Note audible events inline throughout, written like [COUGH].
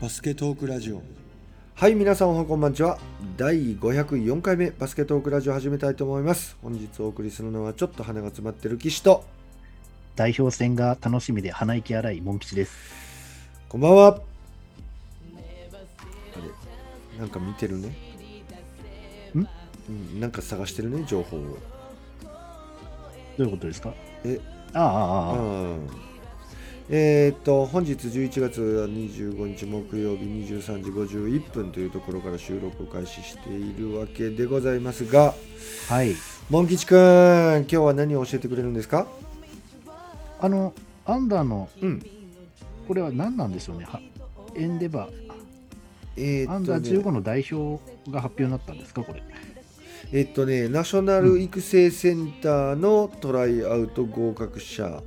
バスケトークラジオはい、皆さんおはこんばんちは。第504回目バスケットオークラジオ始めたいと思います。本日お送りするのはちょっと鼻が詰まってる騎士と、代表戦が楽しみで鼻息荒いモン吉です。こんばんは。あれなんか見てるね。んうん、なんか探してるね、情報を。どういうことですかえああああああ、うんえーっと本日11月25日木曜日23時51分というところから収録を開始しているわけでございますが、はい。モン吉くん、今日は何を教えてくれるんですか？あの、アンダーの、うん、これは何なんでしょうね。はエンデバー、えアーっンとダーね15、の代表が発表になったんですか、これ。えーっとね、ナショナル育成センターのトライアウト合格者、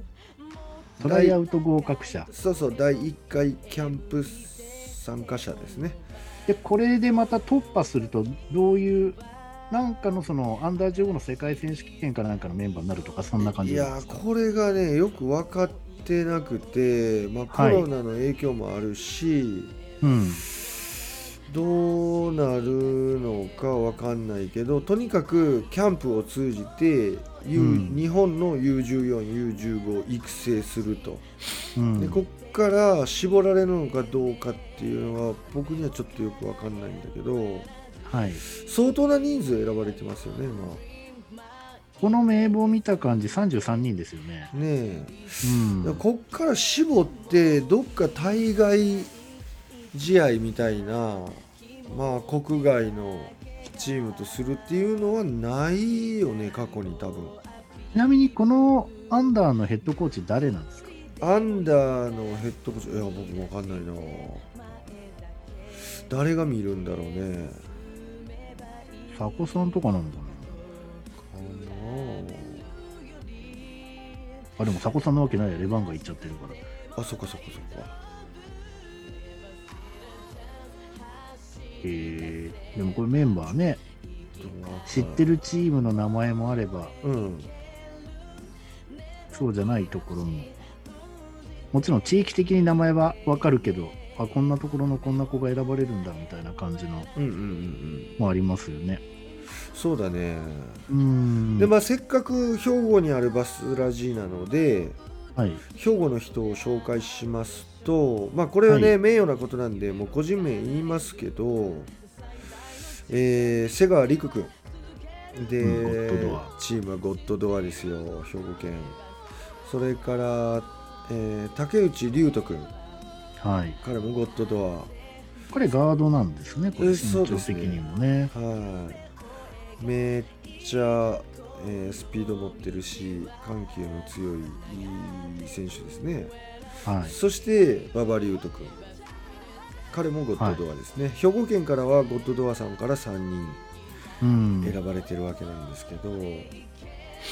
トライアウト合格者。そうそう第1回キャンプ参加者ですね。で、これでまた突破すると、どういう、なんかのその、アンダー15の世界選手権かなんかのメンバーになるとか、そんな感いじなんやですか。これがねよく分かってなくて、まあ、コはいロナの影響もあるし、うん。どうなるのか分かんないけどとにかくキャンプを通じて、U うん日本の U14U15 を育成すると、うん、でこっから絞られるのかどうかっていうのは僕にはちょっとよく分かんないんだけどはい。相当な人数選ばれてますよね今この名簿を見た感じ、33人ですよね。ねえ。うん。こっから絞ってどっか対外試合みたいな、まあ、国外のチームとするっていうのはないよね過去に多分ちなみにこのアンダーのヘッドコーチ誰なんですかアンダーのヘッドコーチいや僕も分かんないな誰が見るんだろうねサコさんとかなのかなかなあでもサコさんなわけないやレバンが行っちゃってるからああそっかそっかそっかえー、でもこれメンバーね知ってるるチームの名前もあればうんそうじゃないところももちろん地域的に名前はわかるけどあこんなところのこんな子が選ばれるんだみたいな感じのうんうんうんうんもありますよねそうだねうーんでまあせっかく兵庫にあるバスラジーなのではい兵庫の人を紹介しますと、まあ、これはね、はい名誉なことなんで、もう個人名言いますけど、えー瀬川陸君で、うんゴッドドアチームはゴッドドアですよ、兵庫県。それから、えー竹内龍斗君、はい彼もゴッドドこれガードなんですねこれえ身そう長です的ねにもねア、はいめっちゃ、えースピード持ってるし、緩急の強いいい選手ですね。はいそして馬場龍斗君彼もゴッドドアですね、兵庫県からはゴッドドアさんから3人うん選ばれてるわけなんですけど、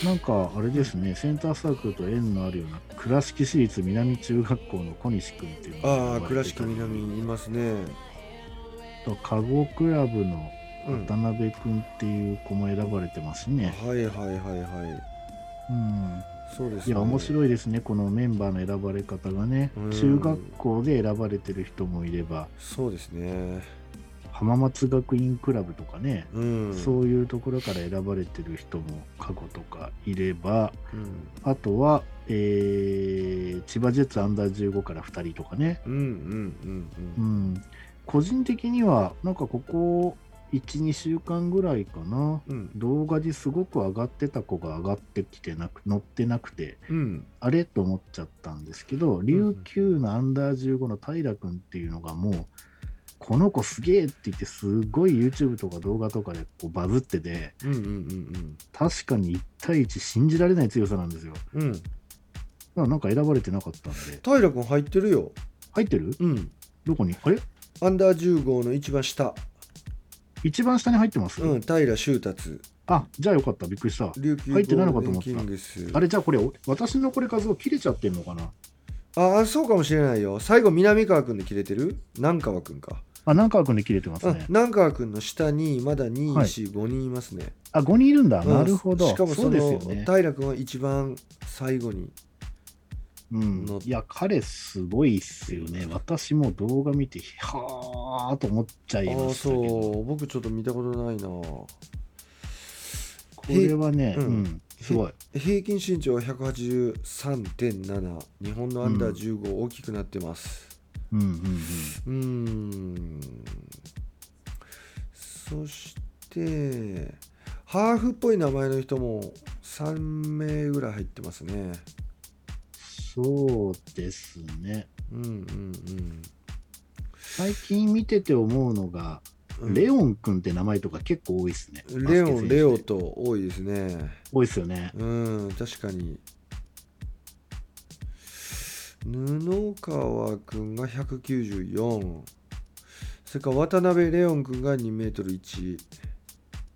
なんかあれですね、センターサークルと縁のあるような倉敷市立南中学校の小西君っていうのあがあ呼ばれてたり倉敷南にいますねと加護クラブのうん渡辺君っていう子も選ばれてますね。はいはいはいはいうん、そうですいや、面い白いですね、このメンバーの選ばれ方がねうん。中学校で選ばれてる人もいれば、そうですね浜松学院クラブとかね、うんそういうところから選ばれてる人も過去とかいれば、うん、あとは、えー千葉ジェッツアンダー15から2人とかね。うんうんうんうんうん、個人的には、なんかここ1、2週間ぐらいかな、うん動画ですごく上がってた子が上がってきてなく、乗ってなくて、うんあれと思っちゃったんですけど、琉球のアンダー15の平君っていうのがもう、この子すげえって言って、すごい YouTube とか動画とかでこうバズってて、うんうんうん確かに1対1信じられない強さなんですよ。うんうんだからなんか選ばれてなかったんで、平君入ってるよ入ってるうんどこにあれアンダー10号の一番下一番下に入ってます、うん平修達あ、じゃあよかった、びっくりした。琉球入ってないのかとゴ思ったールデンキングスあれじゃあこれお私のこれ画像切れちゃってんのかなああそうかもしれないよ最後南川君で切れてる南川君か、あ、南川君で切れてますうんね。南川君の下にまだ2、はい4、5人いますね、あ、5人いるんだ。うんなるほど。しかもそそうのですよね。平君は一番最後にうんの、いや、彼すごいっすよね。私も動画見て、はーと思っちゃいあまあしたけど、そう僕ちょっと見たことないなこれはね、ううんん、すごい。平均身長は183.7日本のアンダー15、大きくなってますうんうんうん。うーんそしてハーフっぽい名前の人も3名ぐらい入ってますねそうですね。うんうん最近見てて思うのが、うんレオン君って名前とか結構多いっすね。レオバスケ選ン手レオ。と多いですね多いっすよね。うん確かに布川君が194それから渡辺レオン君が2メートル1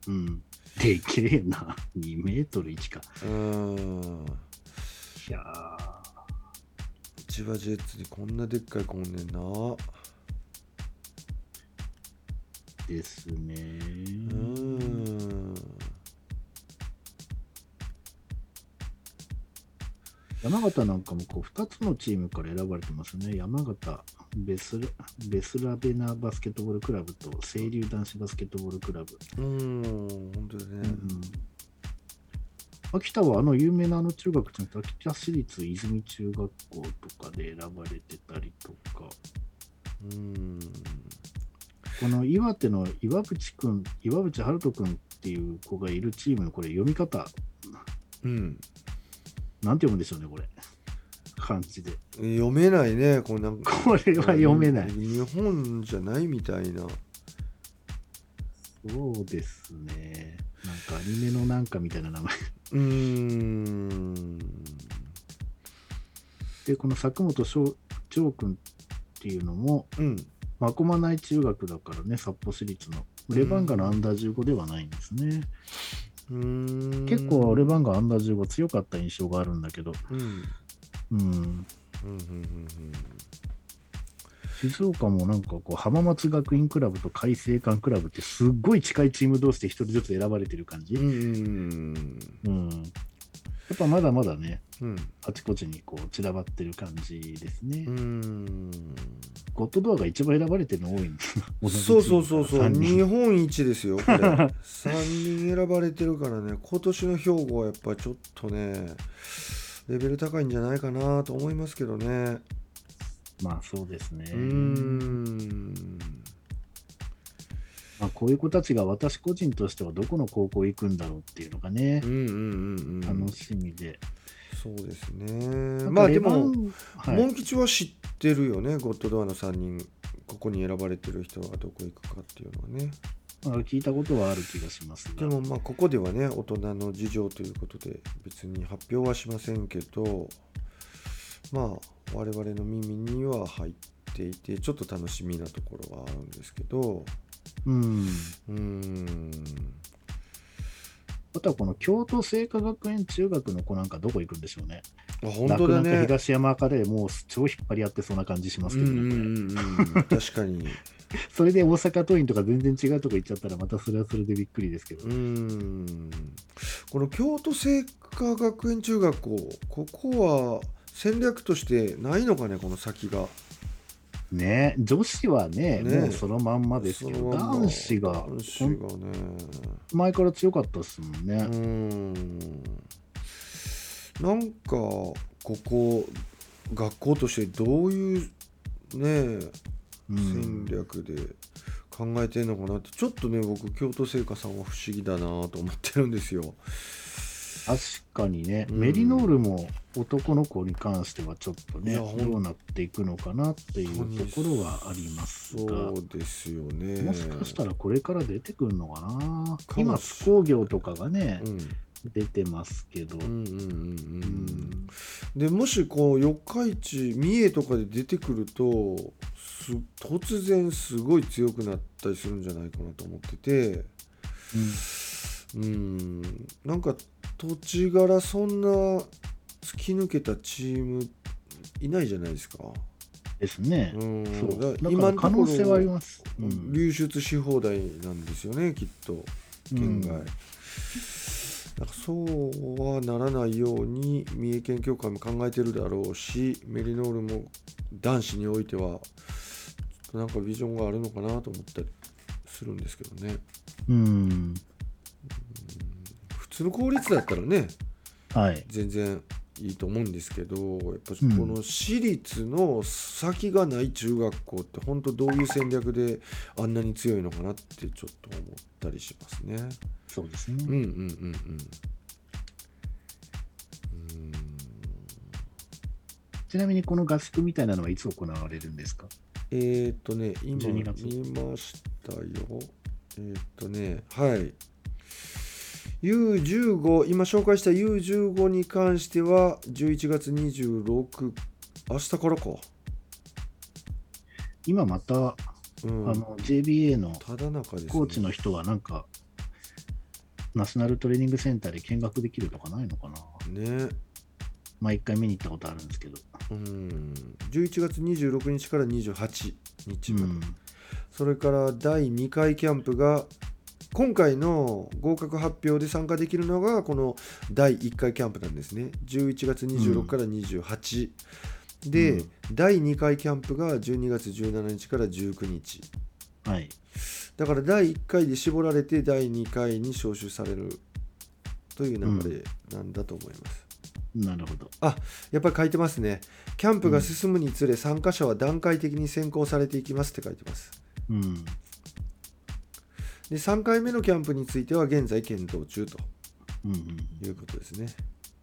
うん。できれいな。2メートル1か。うんいや千葉ジェッツにこんなでっかい子おんねんなーですね。うん山形なんかもこう2つのチームから選ばれてますね。山形ベスラベスラベナバスケットボールクラブと清流男子バスケットボールクラうブ。ん本当だねうん秋田はあの有名なあの中学じゃなくて、秋田市立泉中学校とかで選ばれてたりとか、うんこの岩手の岩渕君、岩渕春人君っていう子がいるチームのこれ読み方、うんなんて読むんでしょうね、これ。漢字で。読めないねこうなんかこれは読めない。日本じゃないみたいなそうですね。なんかアニメのなんかみたいな名前。うーん。で、この佐久本翔翔君っていうのも、うん。まこまない中学だからね、札幌市立の。レバンガのアンダー15ではないんですね。うーん結構レバンガアンダー15強かった印象があるんだけど、うん。うん。うん、うん。うん。静岡もなんかこう浜松学院クラブと開成館クラブってすっごい近いチーム同士で一人ずつ選ばれてる感じ、うん。うん。うん、やっぱまだまだねうん。あちこちにこう散らばってる感じですね、うん。ゴッドドアが一番選ばれてるの多いんですうん。そうそうそうそう。 3日人本一ですよ。こ [LAUGHS] れ三人選ばれてるからね。今年の兵庫はやっぱりちょっとね。レベル高いんじゃないかなと思いますけどね。まあそうですねうーん。まあ、こういう子たちが私個人としてはどこの高校行くんだろうっていうのがねうんうんうんうん。楽しみで、そうですね。まあでも。はいモン吉は知ってるよねゴッドドアの3人ここに選ばれてる人がどこ行くかっていうのはねまあ聞いたことはある気がしますでがもまあここではね大人の事情ということで別に発表はしませんけどまあ我々の耳には入っていてちょっと楽しみなところはあるんですけどうん、うーんあとはこの京都精華学園中学の子なんかどこ行くんでしょうね。あ本当だ洛南とね東山かでもう超引っ張り合ってそうな感じしますうんけうど、んねうんうん確かにそれで大阪桐蔭とか全然違うとこ行っちゃったらまたそれはそれでびっくりですけどう。ーんこの京都精華学園中学校ここは戦略としてないのかねこの先がね女子はねねもうそのまんまですけど、そのまんま男子が男子ほがんね前から強かったですもんね。うーんなんかここ学校としてどういうねうん戦略で考えてんのかなってちょっとね僕京都精華さんは不思議だなと思ってるんですよ。確かにね、うんメリノールも男の子に関してはちょっといねやどほんうなっていくのかなっていうところはありますそが。うですよね。もしかしたらこれから出てくるのかなかもしれない今、津工業とかがね、うん出てますけど、うんうんうんううんんうん、でもしこう四日市三重とかで出てくるとす突然すごい強くなったりするんじゃないかなと思っててうんなんか土地柄そんな突き抜けたチームいないじゃないですか。ですねう。んそうだかだらから可能性はあり今のとこます。ろうん流出し放題なんですよねきっと。う県ん外、なんかそうはならないように三重県協会も考えてるだろうしメリノールも男子においてはちょっとなんかビジョンがあるのかなと思ったりするんですけどねうん。普通の効率だったらねはい。全然いいと思うんですけどやっぱこの私立の先がない中学校って本当どういう戦略であんなに強いのかなってちょっと思ったりしますね。そうですうんね。うんうんうん。うんちなみにこの合宿みたいなのはいつ行われるんですかえーっ、とね今12月見ましたよ。えーっ、とねはい。U15 今紹介した U15 に関しては11月26明日からか。今また、あうん、の、JBA のただ中です、ね、コーチの人はなんか、ナショナルトレーニングセンターで見学できるとかないのかなねまあ一回見に行ったことあるんですけど。うん11月26日から28日うまで、ん。それから第2回キャンプが今回の合格発表で参加できるのがこの第1回キャンプなんですね11月26から28、で、うん第2回キャンプが12月17日から19日はい。だから第1回で絞られて第2回に招集されるという流れなんだと思います、なるほど。やっぱり書いてますね。キャンプが進むにつれ、参加者は段階的に選考されていきますって書いてます。うん。で、3回目のキャンプについては現在検討中とうんうん。いうことですね。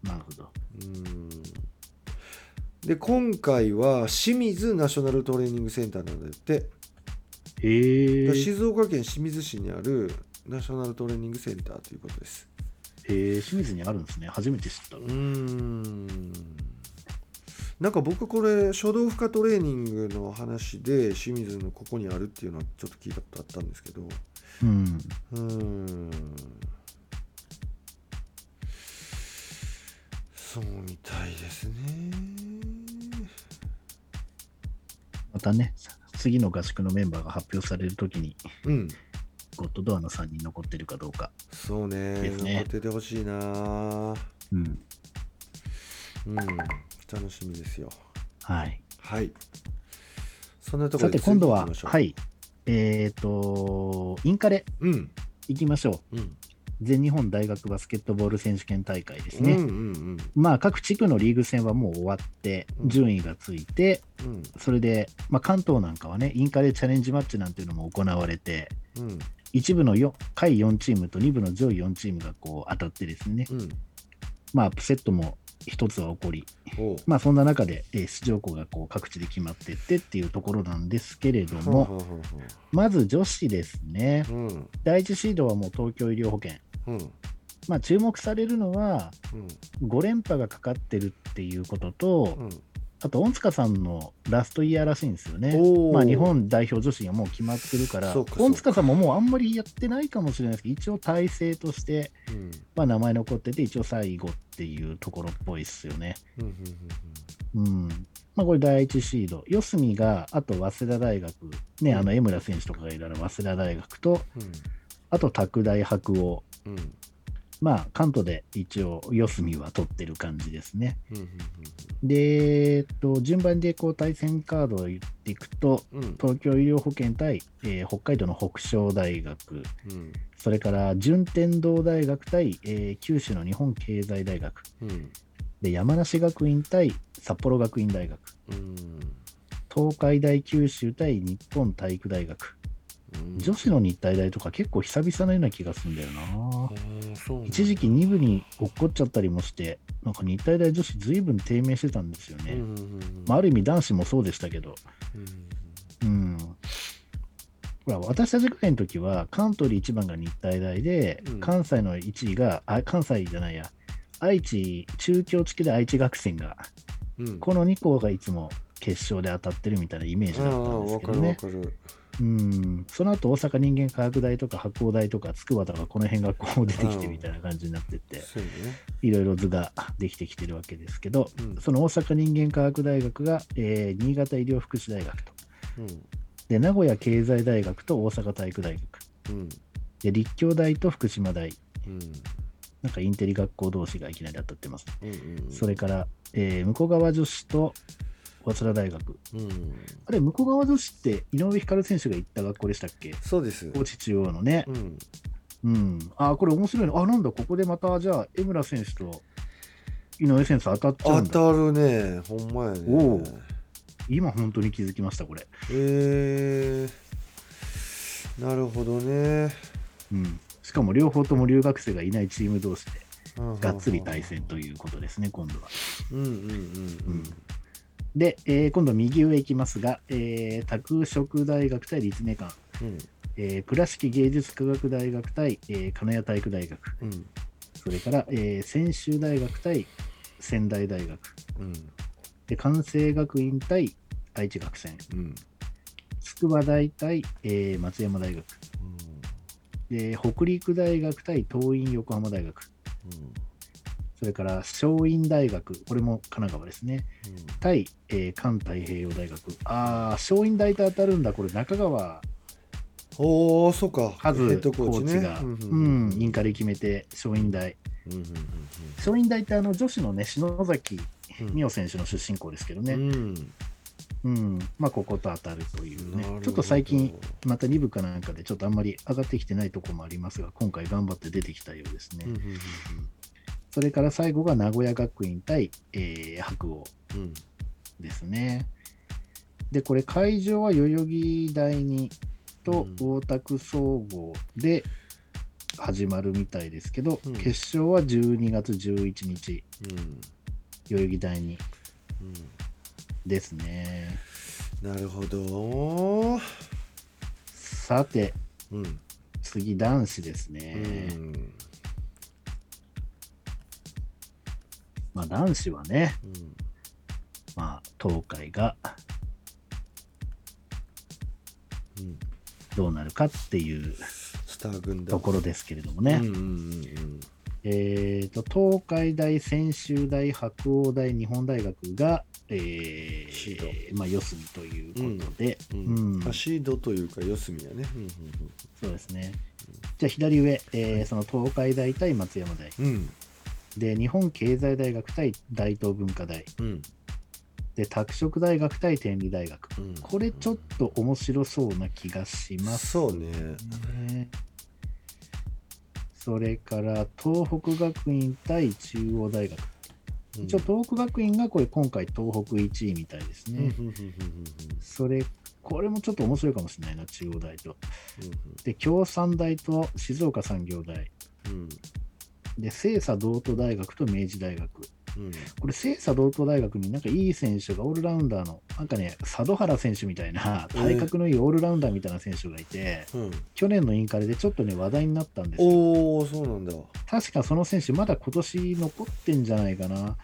なるほど。うーん。で、今回は清水ナショナルトレーニングセンターなんだって、へだえから。静岡県清水市にあるナショナルトレーニングセンターということです。へえ、清水にあるんですね。初めて知った。うーんなんか僕これ初動負荷トレーニングの話で清水のここにあるっていうのはちょっと聞いたことあったんですけどううん。ーんそうみたいですねまたね、次の合宿のメンバーが発表されるときに、うんゴッドドアの3人残ってるかどうか。そうねですね残っててほしいなうん。うん楽しみですよはい。はいそんなとこさろでて、今度は次行きま、しょうはい。えっ、と、インカレうん行きましょう。うん全日本大学バスケットボール選手権大会ですうんうね。んまあ、各地区のリーグ戦はもう終わって、うん順位がついて、うんそれで、まあ、関東なんかはね、インカレチャレンジマッチなんていうのも行われて、うんうん一部のよ下位4チームと2部の上位4チームがこう当たってですね、うんまあ、アップセットも一つは起こり、おうまあ、そんな中で、えー出場校がこう各地で決まってってっていうところなんですけれどほうも、ほうほうほまず女子ですね、ううん第一シードはもう東京医療保険、うんまあ、注目されるのは、うん5連覇がかかってるっていうことと、うんあと、恩塚さんのラストイヤーらしいんですよね。おーまあ、日本代表女子がもう決まってるからそうかそう、か恩塚さんももうあんまりやってないかもしれないですけど、一応体制として、うんまあ、名前残ってて、一応最後っていうところっぽいっすよね。うんうんうんうんまあ、これ第一シード、四隅があと早稲田大学、ね、うんあの江村選手とかがいたら早稲田大学と、うんあと拓大白鴎、うんうんまあ、関東で一応四隅は取ってる感じですね。うんうんで、えっと、順番でこう対戦カードを言っていくと、うんうん東京医療保険対、えー北海道の北昇大学、うんそれから順天堂大学対、えー九州の日本経済大学、うんで山梨学院対札幌学院大学。うん東海大九州対日本体育大学、うん女子の日体大とか結構久々のような気がするんだよなあ。ーそうなんだ一時期2部に落っこっちゃったりもして、なんか日体大女子、ずいぶん低迷してたんですようんうね。んうんまあ、ある意味、男子もそうでしたけど、うんうん。ほら私たちぐらいの時は、関東で1番が日体大でうん、関西の1位が、あ関西じゃないや、愛知、中京地区で愛知学生が、うんこの2校がいつも決勝で当たってるみたいなイメージあだったあんですわけかどるわね。かるうん、その後大阪人間科学大とか白鴎大とか筑波とかこの辺がこう出てきてみたいな感じになってって、そうよねいろいろ図ができてきてるわけですけど、うんその大阪人間科学大学が、えー新潟医療福祉大学とうんで名古屋経済大学と大阪体育大学うんで立教大と福島大うんなんかインテリ学校同士がいきなり当たってます。うんうんうんそれから、えー向川女子と早稲田大学。うん、あれ、向川女子って井上光選手が行った学校でしたっけそうです。高知中央のね。うん、うん。あー、これ面白いね。あ、なんだ、ここでまた、じゃあ、江村選手と井上選手当たっちゃ当うんだ。たるね、ほんまやね。おう今、本当に気づきました、これ。えー、なるほどね。うん。しかも、両方とも留学生がいないチーム同士で、がっつり対戦とういうことですね、今度は。ん。うんうんうんで、えー今度右上行きますが、えー、拓殖大学対立命館、うん。うんえー倉敷芸術科学大学対、えー金谷体育大学、うんそれから、えー専修大学対仙台大学、うんで関西学院対愛知学専、うん筑波大対、えー松山大学で、北陸大学対東院横浜大学、うんそれから松陰大学、これも神奈川ですね、うん対、えー関太平洋大学。ああ、松陰大と当たるんだ、これ中川おー、そうか。カズヘッドココーチーチね。が、うんうん、インカレ決めて、松陰大。うんうん松陰大ってあの女子のね、篠崎うんうん美桜選手の出身校ですけどね、うんうん、まあ、ここと当たるというねなるほ、どちょっと最近、また2部かなんかで、ちょっとあんまり上がってきてないところもありますが、今回頑張って出てきたようですね。うんうんそれから最後が名古屋学院対、えー白鴎うんですね。で、これ、会場は代々木第二とうん大田区総合で始まるみたいですけど、うん決勝は12月11日、うん代々木第二うんですね。なるほど。さて、うん。次、男子ですうね。ん。まあ、男子はね、うんまあ、東海がうんどうなるかっていうスター軍と団。ころですけれどもね。うんうんうんえー、と東海大、専修大、白鴎大、日本大学が、えーシーまあ、四隅ということで、ううんんうんうんあシードというか四隅やね。そうですね。じゃあ、左上、えーその東海大対松山大、うんうんで日本経済大学対大東文化大、うんうんで拓殖大学対天理大学、うんこれちょっと面白そうな気がしままあすそうね。ね。それから東北学院対中央大学。うん一応東北学院がこれ今回東北1位みたいですうんね。うんうんうんうんそれこれもちょっと面白いかもしれないな中央大と。うで共産大と静岡産業大んで清佐道都大学と明治大学うんうんこれ清佐道都大学になんかいい選手がオールラウンダーのなんかね佐渡原選手みたいなうん体格のいいオールラウンダーみたいな選手がいて、うんうん去年のインカレでちょっとね話題になったんですよおおそうなんだ。確かその選手まだ今年残ってんじゃないかな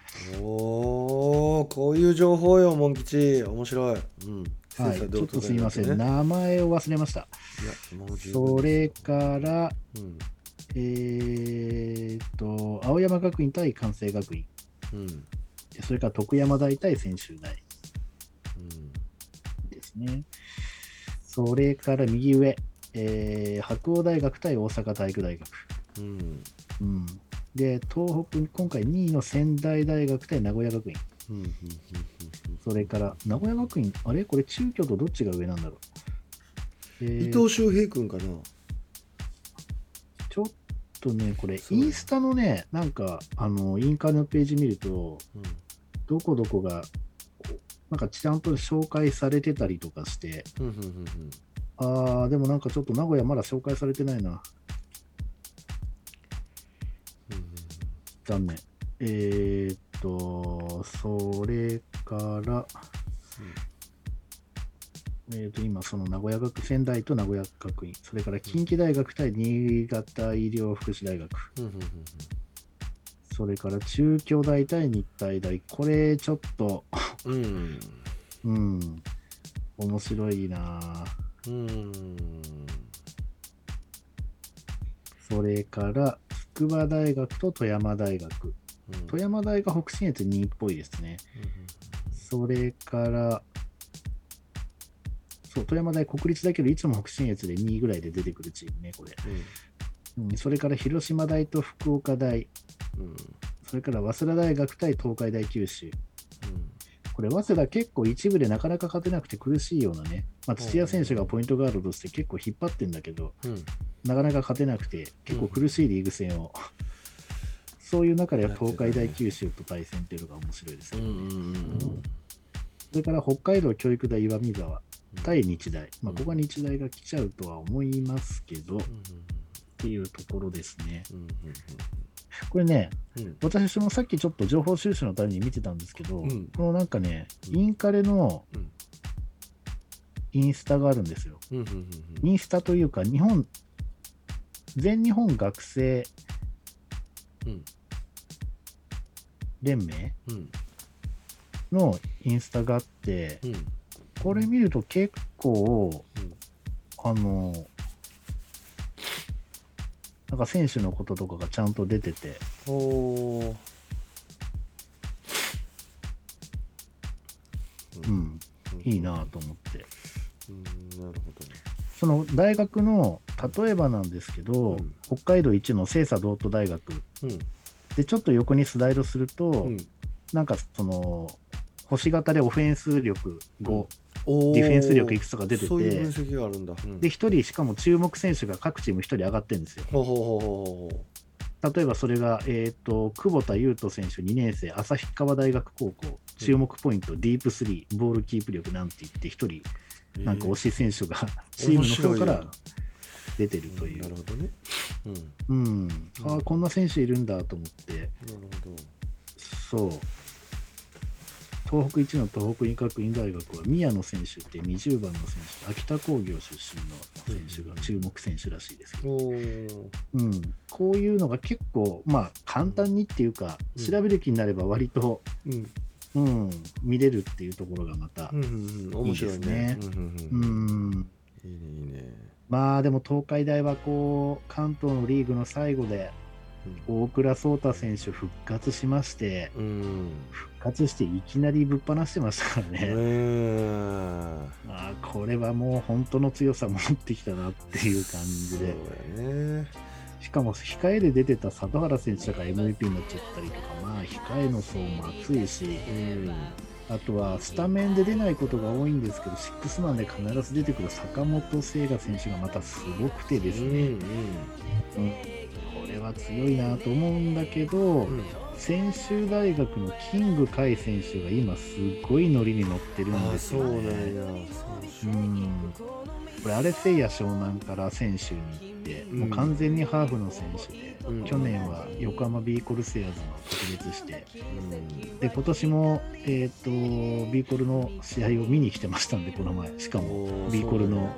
おおこういう情報よモン吉面白い。うん。精はいち査ょどっうとかすいません、ね。名前を忘れましたいやもう十分それから、うんえーっと、青山学院対関西学院、うんそれから徳山大対専修大うん。ですね。それから右上、えー白鴎大学対大阪体育大学。うんうん、で、東北、今回2位の仙台大学対名古屋学院。うんうんうんうんうんそれから、名古屋学院、あれこれ中京とどっちが上なんだろう。えー伊藤周平君かな。ちょっとね、これ、そうインスタのね、なんか、あの、インカーのページ見ると、どこどこが、なんかちゃんと紹介されてたりとかして、うんうんうんうんあー、でもなんかちょっと名古屋まだ紹介されてないな。う残念。えー、っと、それから、えー、っと、今、その名古屋学、仙台と名古屋学院、それから近畿大学対新潟医療福祉大学、んうんうんうんそれから中京大対日体大、これちょっと、うんうんうん、面白いなぁうんそれから、筑波大学と富山大学。富山大が北信越2位っぽいですね。それから、そう、富山大国立だけど、いつも北信越で2位ぐらいで出てくるチームね、これ。うんそれから広島大と福岡大、うんそれから早稲田大学対東海大九州。これ、早稲田結構一部でなかなか勝てなくて苦しいようなね、まあ、土屋選手がポイントガードとして結構引っ張ってんだけど、うんうんなかなか勝てなくて、結構苦しいリーグ戦を、そういう中では東海大九州と対戦っていうのが面白いですうね。んうんうんそれから北海道教育大岩見沢対日大、まうあ、んここは日大が来ちゃうとは思いますけど、っうんていうところですね。うんこれね、うん私もさっきちょっと情報収集のために見てたんですけど、うんこのなんかね、うんインカレのうんインスタがあるんですよ。うんうんうんインスタというか、日本、全日本学生うん連盟うんのインスタがあって、うんこれ見ると結構、うんあの、なんか選手のこととかがちゃんと出てて、おーううんん、いいなと思って。うんなるほどねその大学の、例えばなんですけど、うん北海道一の清佐道都大学うんで、ちょっと横にスライドすると、うんなんかその、星型でオフェンス力5、おディフェンス力いくつつか出てて、そういう分析があるんだうんで、1人、しかも注目選手が各チーム1人上がってるんですよ。ほうほうほうほうほ例えばそれが、えー、と久保田悠斗選手2年生、旭川大学高校、注目ポイント、ディープスリー、ボールキープ力なんて言って、1人、うなんかえー推し選手が [LAUGHS] チームの人から出てるといなるう、ほどねうんなうん、ああ、こんな選手いるんだと思って、るほどそう、東北一の東北医学院大学は宮野選手って20番の選手、秋田工業出身の選手が注目選手らしいですけどおーうん、こういうのが結構、まあ、簡単にっていうか、うん調べる気になれば割と、うんうん、見れるっていうところがまたう、んうんうん面白いねいいでうんううんん、うんいいねいいねまあでも東海大はこう関東のリーグの最後でうん大倉颯太選手復活しまして、うん復活していきなりぶっ放してましたからね、ねあーこれはもう本当の強さ戻ってきたなっていう感そじうだでよ、ねしかも控えで出てた里原選手とか MVP になっちゃったりとか、まあ控えの層も厚いし。うんあとはスタメンで出ないことが多いんですけど、シックスマンで必ず出てくる坂本聖が選手がまたすごくてですうね、んうんこれは強いなと思うんだけど、うん専修大学のキング甲斐選手が今、すごいノリに乗ってるんああですそうよ、ね。なんやうんこれ、アレセイヤ湘南から選手に行って、もう完全にハーフの選手で、うん去年は横浜 B コルセアーズの特別して、うんで今年も、えー、と B コルの試合を見に来てましたんで、この前、しかもおー B コルの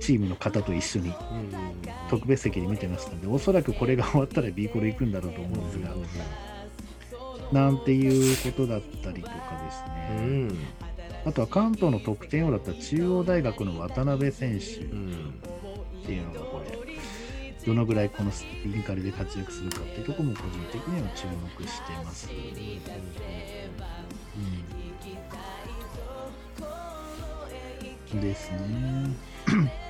チームの方と一緒にうんうんうん特別席で見てましたんで、おそらくこれが終わったら B コル行くんだろうと思うんですが、なんていうことだったりとかですうね、んあとは関東の得点王だった中央大学の渡辺選手うっんていうのが、これ、どのぐらいこのスピンカレで活躍するかっていうところも個人的には注目してます。うんですね。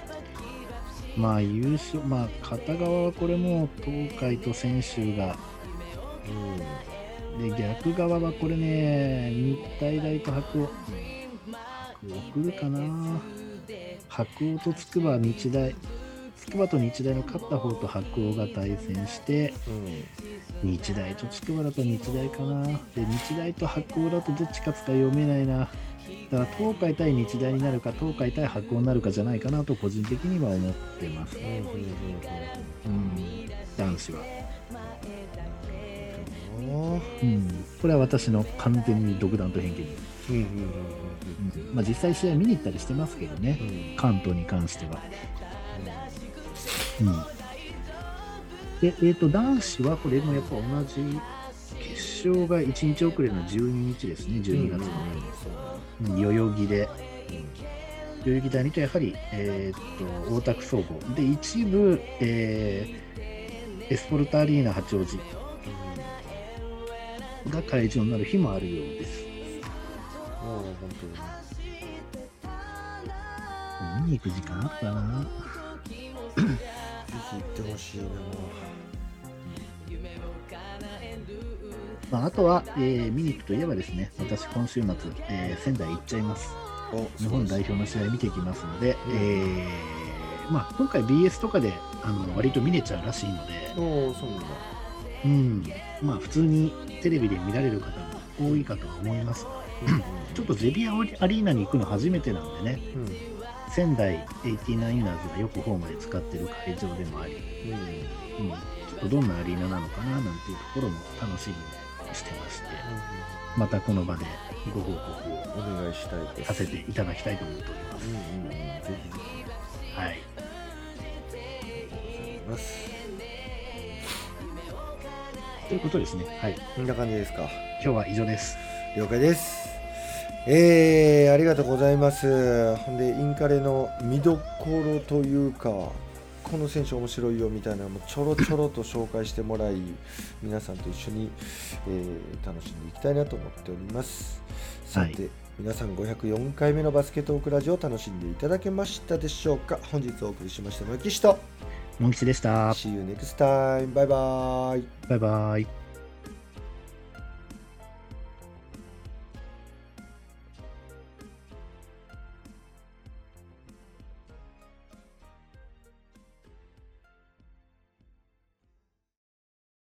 [CLEARS THROAT] まあ優勝、まあ片側はこれもう東海と専修が、うんで逆側はこれね、日体大と白鴎。白鴎来るかな白鴎と筑波は日大。筑波と日大の勝った方と白鴎が対戦して、うん日大と筑波だと日大かなで日大と白鴎だとどっち勝つか読めないなだから東海対日大になるか東海対白鴎になるかじゃないかなと個人的には思ってますうんうんうんうんうん男子は、うんうん、これは私の完全に独断と偏見でうす、んうんうんうんまあ、実際試合見に行ったりしてますけどねうんうん関東に関しては、うん、で、えー、と男子はこれもやっぱ同じ決勝が1日遅れの12日ですね12月の、うん代々木で、代々木第二とやはり、えーっと大田区総合で一部、えーエスポルタアリーナ八王子が会場になる日もあるようですああ本当に見に行く時間あったな時行ってほしいなまあ、あとは、えー、見に行くといえばですね、私、今週末、えー仙台行っちゃいます。お日本代表の試合見てきますので、うんえーまあ、今回 BS とかであの割と見れちゃうらしいので、おおそうなんだうんまあ、普通にテレビで見られる方も多いかとは思います。ちょっとゼビアアリーナに行くの初めてなんでね、うんうん仙台 89ers がよくホームで使ってる会場でもあり、うんうん、ちょっとどんなアリーナなのかななんていうところも楽しみにしてまして、またこの場でご報告をお願いしたいですさせていただきたいと思っておりまうす。んうんうんぜひぜひはいありますということですね。はい。こんな感じですか今日は以上です。了解ですえー、ありがとうございますほんでインカレの見どころというかこの選手面白いよみたいなのもちょろちょろと紹介してもらい皆さんと一緒に、えー楽しんでいきたいなと思っておりますさて、は皆さん504回目のバスケットオークラジオを楽しんでいただけましたでしょうか本日お送りしましたのは岸とモン吉でした。 See you next time バイバイバイバイ。